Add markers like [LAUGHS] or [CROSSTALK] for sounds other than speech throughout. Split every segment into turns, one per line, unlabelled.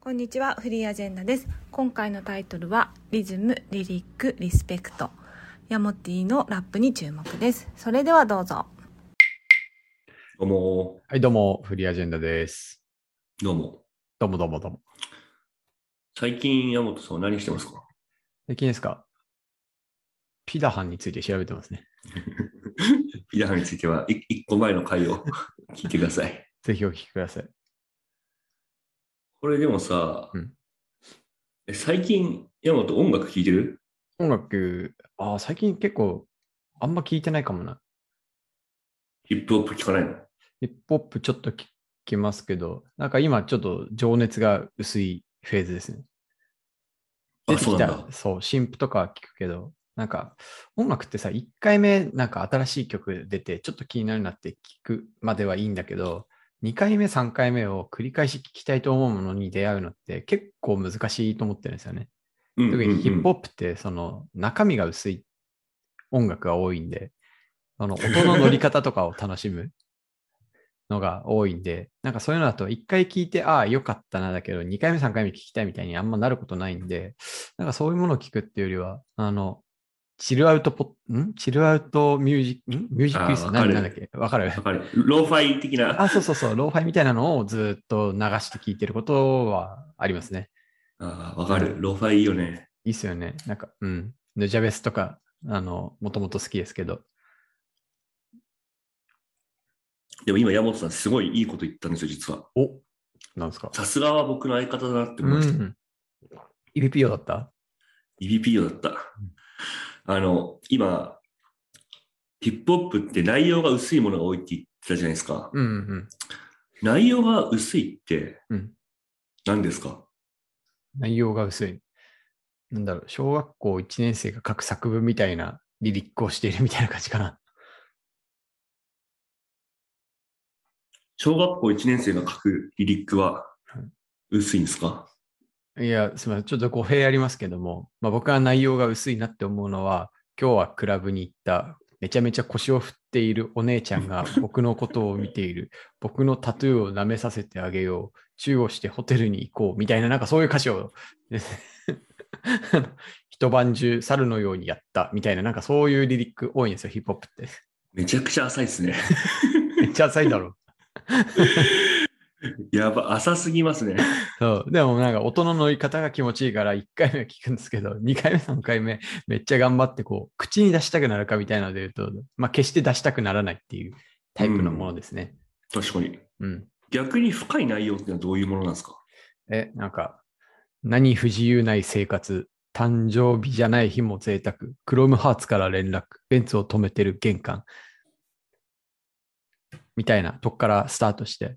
こんにちは、フリーアジェンダです。今回のタイトルは、リズム、リリック、リスペクト。ヤモティのラップに注目です。それではどうぞ。
どうも、
はい、どうも、フリーアジェンダです。
どうも。
どうもどうもどうも。
最近、山本さんは何してますか
最近ですかピダハンについて調べてますね。
ピダハについては、い一個前の回を [LAUGHS] 聞いてください。
ぜひお聞きください。
これでもさ、
うん
え最近、山本音楽聴いてる
音楽、ああ、最近結構、あんま聞いてないかもな。
ヒップホップ聴かないの
ヒップホップちょっと聞きますけど、なんか今ちょっと情熱が薄いフェーズですね。出
あ、
て
そ
き
うなんだ
た、。そう、新譜とかは聞くけど、なんか音楽ってさ、1回目なんか新しい曲出て、ちょっと気になるなって聞くまではいいんだけど、2回目、3回目を繰り返し聞きたいと思うものに出会うのって結構難しいと思ってるんですよね。
うん
特にヒップ
ホッ
ホップってその中身が薄い音楽が多いんで、その音の乗り方とかを楽し
[LAUGHS]
むのが多いんで、なんかそういうのだと一回聞いて、ああ、よかったなだけど、二回目、三回目聞きたいみたいにあんまなることないんで、なんかそういうものを聞くっていうよりは、あの、チルアウトポッ、んチルアウトミュージック、んミュージックリス
あーわ
ト
かる
何なんだっけわかる [LAUGHS]
わかる。ローファイ的な。
あ、そうそうそう、ローファイみたいなのをずっと流して聞いてることはありますね。
あーわかる。ローファイいいよね。
いいっすよね。なんか、うん。ヌジャベスとか、あの、もともと好きですけど。
でも今、山本さん、すごいいいこと言ったんですよ、実は。
おなんですか
さすがは僕の相方だなって
う
思いました。
ん。EPPO だった
EBPO だった。あの、今、ヒップホップって内容が薄いものが多いって言ってたじゃないですか。
うんうん。
内容が薄いって
うん
何ですか、
内容が薄い。なんだろう、小学校1年生が書く作文みたいなリリックをしているみたいな感じかな。
小学校1年生が書くリリックは薄いんですか、
いや、すみません。ちょっと語弊ありますけども、まあ、僕は内容が薄いなって思うのは、今日はクラブに行った、めちゃめちゃ腰を振っているお姉ちゃんが僕のことを見ている、僕のタトゥーを舐めさせてあげよう、チューをしてホテルに行こう、みたいな、なんかそういう歌詞を、 [LAUGHS] 一晩中猿のようにやった、みたいな、なんかそういうリリック多いんですよ、ヒップホップって。
めちゃくちゃ浅いですね。
めっちゃ浅いだろ。
やば、浅すぎますね。
そう。でもなんか音の乗り方が気持ちいいから、1回目は聞くんですけど、2回目、3回目、めっちゃ頑張って、こう、口に出したくなるかみたいなので言うと、まあ、決して出したくならないっていうタイプのものですね。
確かに。
うん。
逆に深い内容ってのはどういうものなんですか
え、なんか、何不自由ない生活、誕生日じゃない日も贅沢、クロムハーツから連絡、ベンツを止めてる玄関、みたいなとこからスタートして、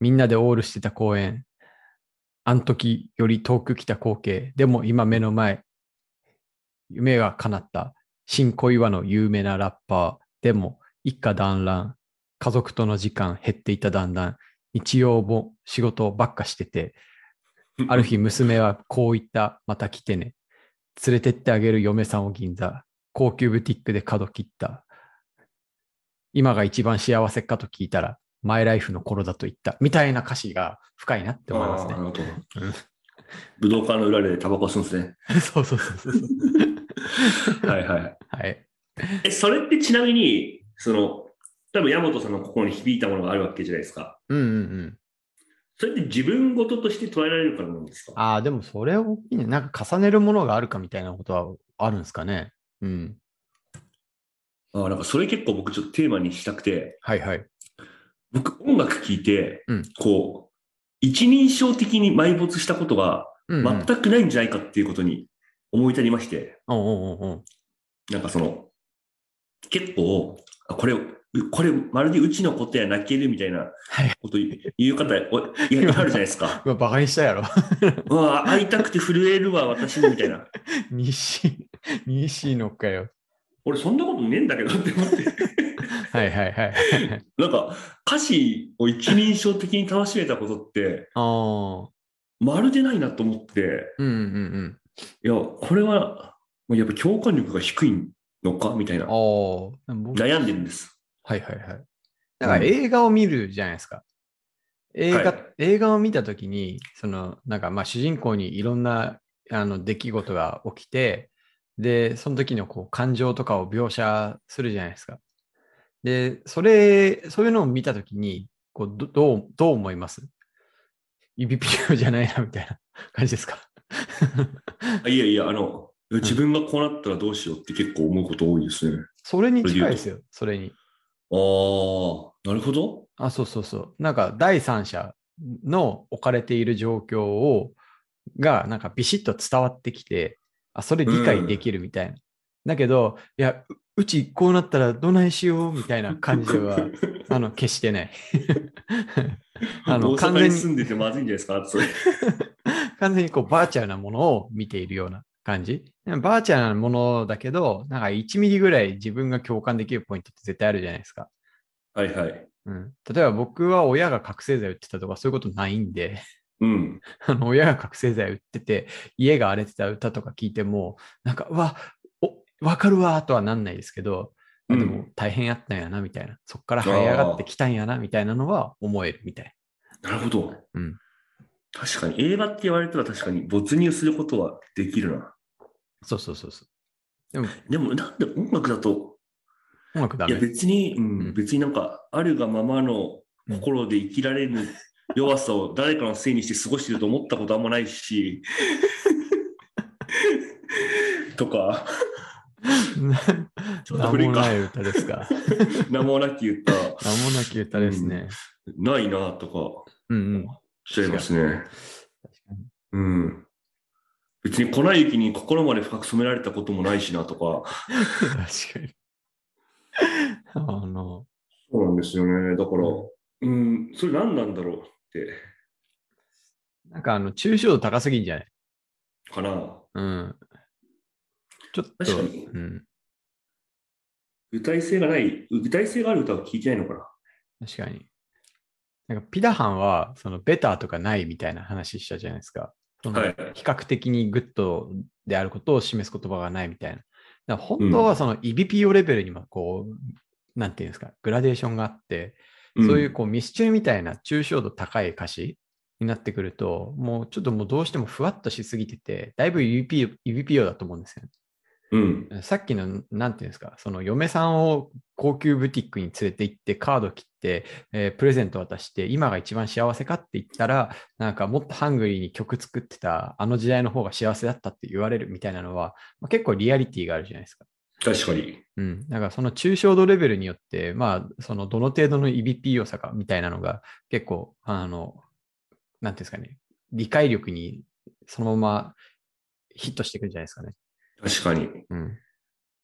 みんなでオールしてた公園、あん時より遠く来た光景、でも今目の前、夢が叶った、新小岩の有名なラッパー、でも一家団らん、家族との時間減っていただんだん、日曜も仕事ばっかしてて、ある。日娘はこう言った、また来てね。連れてってあげる嫁さんを銀座。高級ブティックで角切った。今が一番幸せかと聞いたら、マイライフの頃だと言った。みたいな歌詞が深いなって思います
あーな
ね。
るほど
うん
武道館の裏でタバコ吸うんですね。
[LAUGHS] そうそうそうそ
[LAUGHS]
う。
はいはい。
はい。
え、それってちなみに、その、多分山本さんの心に響いたものがあるわけじゃないですか。
うんうんうん。
それって自分事として捉えられるからなんですか
ああ、でもそれ大きいね。なんか重ねるものがあるかみたいなことはあるんですかね。うん。
あなんかそれ結構僕ちょっとテーマにしたくて、
はいはい。
僕音楽聴いて、
うん
こう、一人称的に埋没したことが
うんうん、
全くないんじゃないかっていうことに思い至りまして、
おうおうおうおう
なんかその、結構、あこれ、うこれまるでうちのことや泣けるみたいな
はい
こと言う言う方おいやいはるじゃないですか。
[LAUGHS] うわ、バカにしたやろ。
うわ会いたくて震えるわ、私にみたいな。
西、西のかよ。
俺そんなことねえんだけどって思って。
[LAUGHS] はいはいはい。
なんか歌詞を一人称的に楽しめたことって、
ああ、
まるでないなと思って、
うんうん
いや、これは、もうやっぱ共感力が低いのかみたいな
うん。。ああ、僕
悩んでるんです。
はいはいはい。だから映画を見るじゃないですか。映画、
はい
映画を見たときに、その、なんかまあ主人公にいろんなあの出来事が起きて、で、その時のこう感情とかを描写するじゃないですか。で、それ、そういうのを見たときに、こうど、どう、どう思いますイビピオじゃないな、みたいな感じですか [LAUGHS]
あいやいや、あの、自分がこうなったらどうしようって結構思うこと多いですね。
それに近いですよ、それに。
ああ、なるほど。
あ、そうそうそう。なんか第三者の置かれている状況を、が、なんかビシッと伝わってきて、あ、それ理解できるみたいな。だけど、いや、ううちこうなったらどないしようみたいな感じ
[LAUGHS]
は、あの、決してない。あの、
大阪
完全
に
に、
住んでてまずいんじゃないですかそれ。
完全にこう、バーチャルなものを見ているような感じ。でもバーチャルなものだけど、なんか1ミリぐらい自分が共感できるポイントって絶対あるじゃないですか。
はいはい。
うん、例えば僕は親が覚醒剤売ってたとかそういうことないんで、
うん。
[LAUGHS] あの親が覚醒剤売ってて、家が荒れてた歌とか聞いても、なんか、うわ、お、わかるわとはなんないですけど、あで
う
も
ん
大変やったんやなみたいな、そっから這い上がってきたんやなみたいなのは思えるみたい。
なるほど。
うん
確かに、映画って言われたら確かに没入することはできるな。
そうそうそうそう。でも
でも、なんで音楽だと、
音楽ダ
いや
[LAUGHS] メ。
別に、うん
うん
別になんか、あるがままの心で生きられぬ弱さを誰かのせいにして過ごしてると思ったことあんまないし、 [LAUGHS] とか、 [LAUGHS] ちょっと
何
古い
も
か
ない歌ですか。
名もなき言った、
何もなき歌ですね。
ないなとか、
うんうん。
しちゃいますね。
確かに
うん。別に粉雪に心まで深く染められたこともないしなとか。
確かに。 [LAUGHS] あの、
そうなんですよね。だから、うん、それ何なんだろうって、
なんかあの、抽象度高すぎんじゃない
かな。
うん。ちょっと、
確かに
うん。
具体性がない、具体性がある歌を聴いてないのかな。
確かに。なんかピダハンは、そのベターとかないみたいな話したじゃないですか。その
はい
比較的にグッドであることを示す言葉がないみたいな。だから本当はその EBPO レベルにもこう、なんていうんですか、グラデーションがあって、そういうこうミスチルみたいな抽象度高い歌詞になってくると、もうちょっともうどうしてもふわっとしすぎてて、だいぶ EBPO, EBPO だと思うんですよね。
うん。うん。
さっきの、なんていうんですか、その嫁さんを高級ブティックに連れて行って、カード切って、えープレゼント渡して、今が一番幸せかって言ったら、なんかもっとハングリーに曲作ってた、あの時代の方が幸せだったって言われるみたいなのは、まあ、結構リアリティがあるじゃないですか。
確かに。
うん。だからその抽象度レベルによって、まあ、そのどの程度の EBP 良さかみたいなのが、結構、あの、なんていうんですかね、理解力にそのままヒットしてくるんじゃないですかね。
確かに。
うん。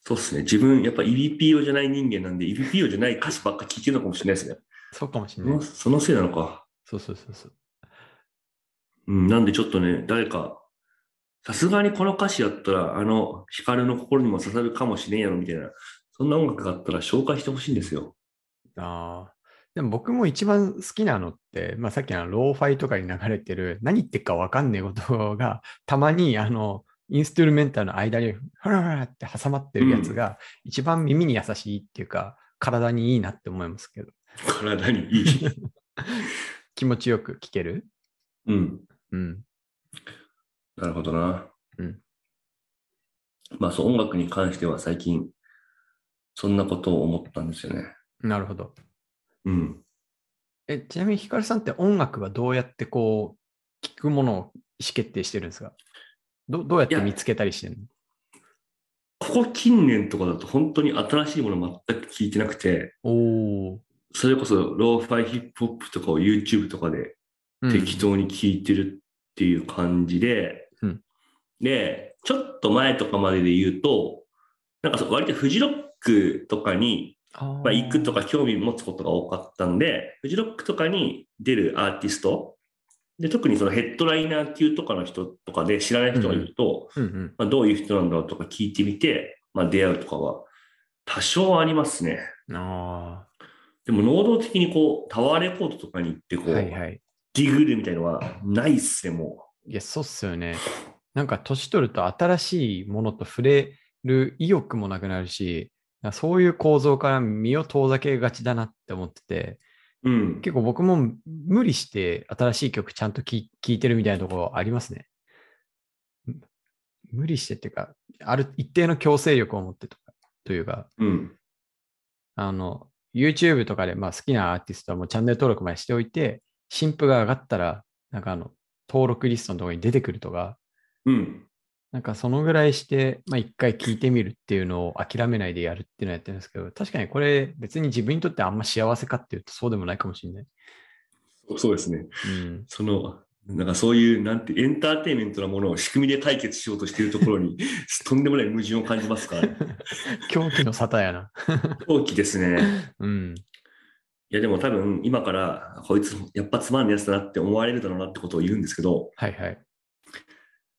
そうですね。自分、やっぱ EBPO じゃない人間なんで、EBPO じゃない歌詞ばっか聴いてるのかもしれないですね。
そうかもしれ
そ
ない
の
です。
そのせいなのか。
そうそうそうそう。
うん、なんでちょっとね、誰か、さすがにこの歌詞やったら、あの、光の心にも刺さるかもしれんやろ、みたいな、そんな音楽があったら紹介してほしいんですよ。 [LAUGHS]
ああ。でも僕も一番好きなのって、まあ、さっきのローファイとかに流れてる何言ってるかわかんねえことがたまにあのインストゥルメンタルの間にフラフラって挟まってるやつが一番耳に優しいっていうか体にいいなって思いますけど
体にいい。
気持ちよく聴ける
うん。
うん
なるほどな。
うん。
まあ、そう、音楽に関しては最近、そんなことを思ったんですよね。
なるほど
うん。
えちなみにヒカルさんって音楽はどうやってこう聴くものを意思決定してるんですかどどうやって見つけたりしてるの
ここ近年とかだと本当に新しいもの全く聞いてなくて、
おお、
それこそローファイヒップホップとかを YouTube とかで
うん
適当に聞いてるっていう感じで、
うん
で、ちょっと前とかまでで言うと、なんかそう割とフジロックとかに、
あー
まあ、行くとか興味持つことが多かったんで、フジロックとかに出るアーティスト、で特にそのヘッドライナー級とかの人とかで知らない人がいると、
うんうん
まあ、どういう人なんだろうとか聞いてみて、まあ、出会うとかは多少はありますね。
あ
でも能動的にこうタワーレコードとかに行ってこ
あ、
う、
はいはい。
ディグるみたいのはないっすね、もう。
いや、そうっすよね。なんか年取ると新しいものと触れる意欲もなくなるし、そういう構造から身を遠ざけがちだなって思ってて、
うん。
結構僕も無理して新しい曲ちゃんと聴いてるみたいなところありますね。む無理してっていうか、ある一定の強制力を持ってとか、というか、
うん。
あの、YouTube とかで、まあ、好きなアーティストはもうチャンネル登録までしておいて、新譜が上がったら、なんかあの、登録リストのところに出てくるとか、
うん。
なんかそのぐらいして、まあ一回聞いてみるっていうのを諦めないでやるっていうのをやってるんですけど、確かにこれ別に自分にとってあんま幸せかっていうとそうでもないかもしれない。
そうですね。 [LAUGHS]
うん。
その、なんかそういう、なんて、エンターテインメントなものを仕組みで解決しようとしているところに、とんでもない矛盾を感じますから、ね、
狂気の沙汰やな。
狂気ですね。
うん。
いや、でも多分、今から、こいつ、やっぱつまんないやつだなって思われるだろうなってことを言うんですけど、
はいはい。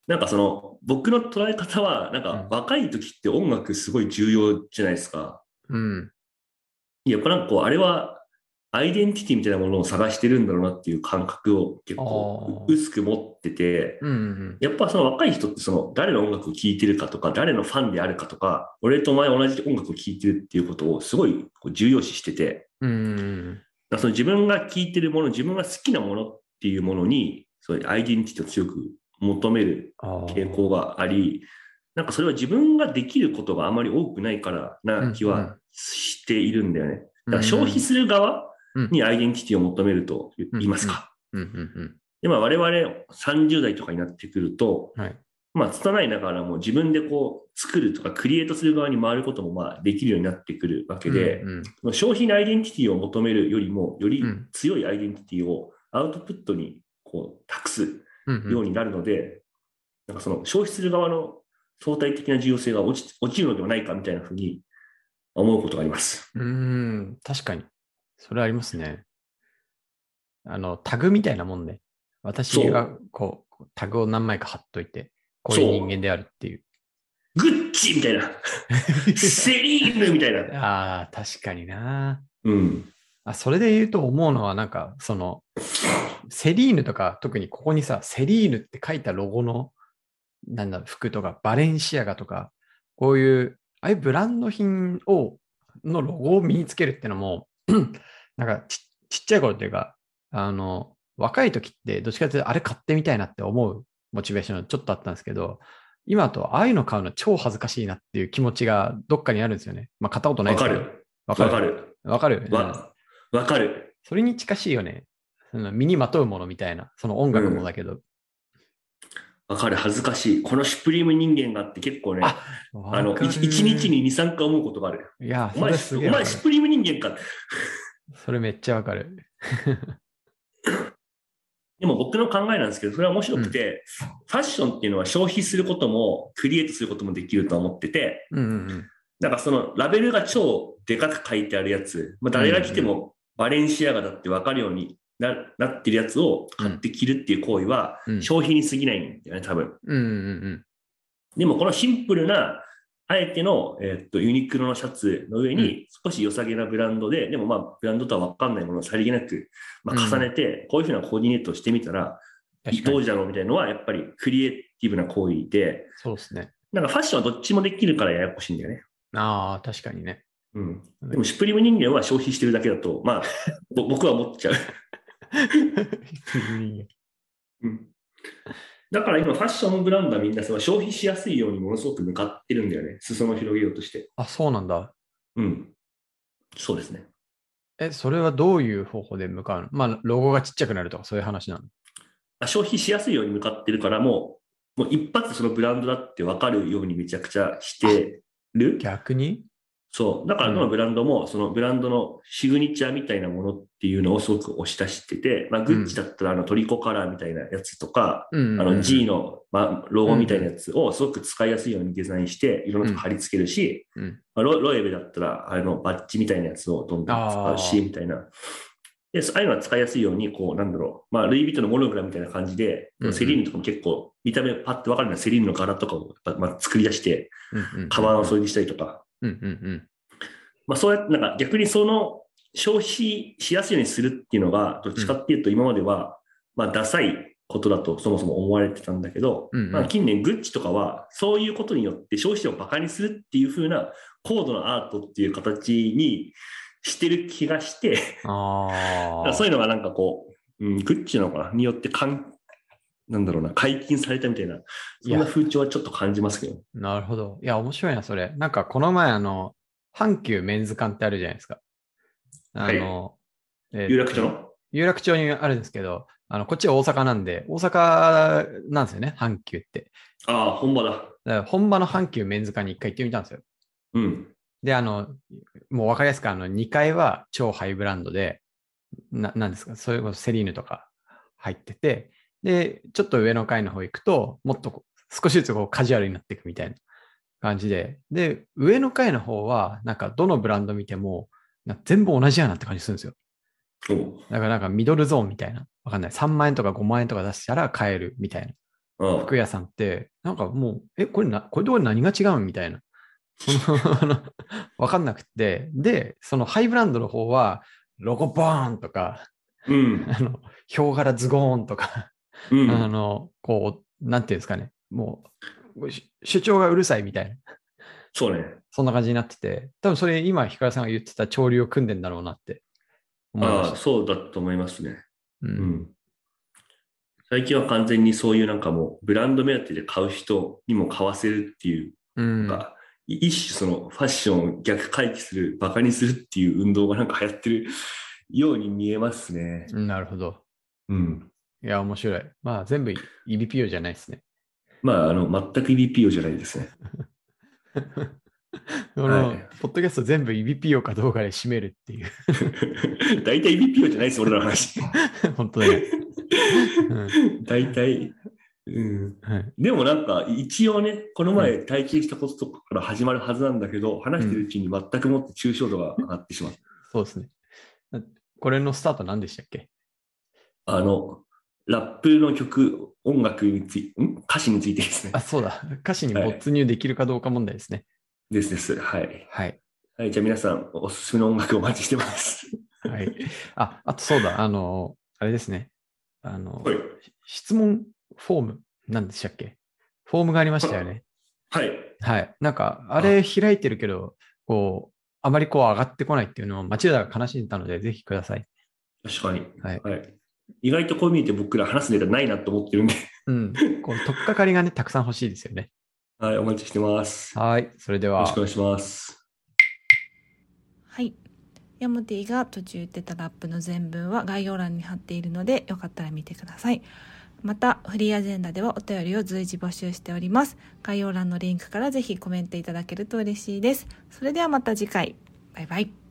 なんかその、僕の捉え方は、なん
うん
か、若い時って音楽すごい重要じゃないですか。
うん。
やっぱなんかこう、あれは、アイデンティティみたいなものを探してるんだろうなっていう感覚を結構
あー
薄く持ってて、
うんうん
やっぱその若い人ってその誰の音楽を聴いてるかとか、誰のファンであるかとか、俺とお前同じ音楽を聴いてるっていうことをすごいこう重要視してて、
うん。うんうん
だからその自分が聴いてるもの、自分が好きなものっていうものに、そういうアイデンティティを強く求める
あー
傾向があり、なんかそれは自分ができることがあまり多くないからな気
うんうん
はしているんだよね。だから消費する側にアイデンティティを求めると言いますか。
うんうん
で、まあ我々30代とかになってくると、
うん。はい。
まあ、拙いながらも自分でこう作るとかクリエイトする側に回ることもまあできるようになってくるわけで、
うんうん
その商品のアイデンティティを求めるよりも、より
うん
強いアイデンティティをアウトプットにこう託す
うんうん
ようになるので、なんかその消費する側の相対的な重要性が落ち落ちるのではないかみたいなふうに思うことがあります。
うーん、確かに。それありますね。あの、タグみたいなもんね。私がこう、タグを何枚か貼っといて、こういう人間であるっ
[LAUGHS]
ていう。
グッチみたい
[LAUGHS]
な、セリーヌみたいな。
ああ、確かにな。
うん。
あ、それで言うと思うのは、なんか、その、セリーヌとか、特にここにさ、セリーヌって書いたロゴの、なんだろう、服とか、バレンシアガとか、こういう、ああいうブランド品を、のロゴを身につけるってのも、 [CLEARS THROAT] なんかち、ちっちゃい頃っていうか、あの、若い時って、どっちかというと、あれ買ってみたいなって思うモチベーションちょっとあったんですけど、今と、ああいうの買うの超恥ずかしいなっていう気持ちがどっかにあるんですよね。まあ、買ったことない
わ
です
か
けど。
る。わ
わか
か
る。
る。
わかるよね。
わわかる。
それに近しいよね。その身にまとうものみたいな、その音楽もだけど。
わかる。恥ずかしい。このシュプリーム人間があって結構ね、
あ
あの、
わかる
一一日。に2、3回思うことがある。
いや、
お
そ
前、
れすげえ
お
わか
前
る。
シュプリーム人間か。
それめっちゃわかる。
でも僕の考えなんですけど、それは面白くて、ファッションっていうのは消費することも、クリエイトすることもできると思ってて、
うんうん
だからそのラベルが超でかく書いてあるやつ、まあ、誰が来てもバレンシアガだって分かるようにななってるやつを買って着るっていう行為は
うん。うん
消費に過ぎないんだよね、多分。
うんうん
でもこのシンプルな、あえての、えーっと、ユニクロのシャツの上に少し良さげなブランドで、でもまあ、ブランドとは分かんないものをさりげなく、まあ、重ねて、こういうふうなコーディネートをしてみたら、
うん。確か
どう
に。
じゃろうみたいなのは、やっぱりクリエイティブな行為で、
そうですね。
なんかファッションはどっちもできるからややこしいんだよね。
ああ、確か
[LAUGHS]
にね。
うん。でも、シュプリーム人間は消費してるだけだと、 [LAUGHS] まあ、ぼ僕は思っちゃう。うん。だから今、ファッションブランドはみんなその消費しやすいようにものすごく向かってるんだよね。裾野を広げようとして。
あ、そうなんだ。
うん。そうですね。
え、それはどういう方法で向かうのまあ、ロゴがちっちゃくなるとか、そういう話なの。
あ消費しやすいように向かってるから、もう、もう一発そのブランドだって分かるようにめちゃくちゃしてる。
逆に
そう。だからど
う
の
ん
ブランドも、そのブランドのシグニチャーみたいなものっていうのをすごく押し出してて、まあ、グッチだったらあのトリコカラーみたいなやつとか、
うんうんうん。
あの G の、まあ、ロゴみたいなやつをすごく使いやすいようにデザインして、いろんなとこ貼り付けるし、
うん
まあロロエベだったら、あの、バッジみたいなやつをどんどん使う
あ
し、
ー
みたいな。で、そうああいうのは使いやすいように、こう、なんだろう。まあ、ルイ・ヴィトンのモノグラムみたいな感じで、
うんうん
セリーヌとかも結構、見た目パッとわかるようなセリーヌの柄とかを、やっぱまあ、作り出して、
うんうんうん。
カバンをそれにしたりとか。
うんうん
まあ、そうやって、なんか逆にその、消費しやすいようにするっていうのが、どっちかっていうと今までは、まあ、ダサいことだとそもそも思われてたんだけど、
うんうん
まあ、近年グッチとかは、そういうことによって消費者をバカにするっていう風な高度なアートっていう形にしてる気がして、だ
あ
から
あ。
そういうのがなんかこう、うん、グッチなのかなによってかん、なんだろうな、解禁されたみたいな、そんな風潮はちょっと感じますけど。
なるほど。いや、面白いな、それ。なんか、この前、あの、阪急メンズ館ってあるじゃないですか。あの、えー
有楽町の
有楽町にあるんですけど、あの、こっちは大阪なんで、大阪なんですよね、阪急って。
ああ、本場だ。
だから本場の阪急メンズ館に一回行ってみたんですよ。
うん。
で、あの、もうわかりやすく、あの、2階は超ハイブランドで、な、なんですか、そういうこと、セリーヌとか入ってて、で、ちょっと上の階の方行くと、もっとこう少しずつこうカジュアルになっていくみたいな感じで、で、上の階の方は、なんかどのブランド見ても、なんか全部同じやなって感じするんですよ。
おう
だからなんかミドルゾーンみたいな。わかんない。3万円とか5万円とか出したら買えるみたいな。
ああ
服屋さんって、なんかもう、え、これな、これどこで何が違うんみたいな。そのあの [LAUGHS] わかんなくて。で、そのハイブランドの方は、ロゴボーンとか、
うん。
あの、ヒョウ柄ズゴーンとか、
う
あ [LAUGHS]
ん。
の、こう、なんていうんですかね。もう、し主張がうるさいみたいな。
そうね。
そんな感じになってて。多分それ今、ヒカルさんが言ってた潮流を組んでんだろうなって思いま
あ
し
あ、
た。
そうだと思いますね。
う。
うんん。最近は完全にそういうなんかもう、ブランド目当てで買う人にも買わせるっていう
うん。
か、い一種そのファッションを逆回帰する、バカにするっていう運動がなんか流行ってるように見えますね。
なるほど。
うん。
いや、面白い。まあ、全部 EBPO じゃないですね。
まあ、あの、全く BPO じゃないですね。 [LAUGHS]
この、
はい
ポッドキャスト全部 EBPO かどうかで締めるって [LAUGHS] いう。
大体 BPO じゃないです、俺らの
[LAUGHS]
話。
本当だね。うん
大体。うん、
はい
でもなんか一応ね、この前体験したこととかから始まるはずなんだけど、話してるうちに全くもって抽象度が上がってしまう。
そうですね。これのスタート何でしたっけ
あの、ラップの曲、音楽について、ん歌詞についてですね
あ、。そうだ。歌詞に没入できるかどうか問題ですね。
ですです。はい。
はい。
はい、じゃあ皆さん、おすすめの音楽お待ちして
[LAUGHS]
ます。
はい。あ、あとそうだ。あの、あれですね。あの、
はい。
質問フォーム、何でしたっけフォームがありましたよね。
はい。
はい。なんか、あれ開いてるけど、こう、あまりこう上がってこないっていうのを町田が悲しんでたので、ぜひください。
確かに。
はい。
意外とこう見えて僕ら話すネタないなと思ってるんで、
[LAUGHS] うん。こう、とっかかりがね、たくさん欲しいですよね。
はい、お待ちしてます。よ
はい。それで
ろ
は
しくお。願いします。
はい。ヤモティが途中言ってたラップの全文は概要欄に貼っているので、よかったら見てください。また、フリーアジェンダではお便りを随時募集しております。概要欄のリンクからぜひコメントいただけると嬉しいです。それではまた次回。バイバイ。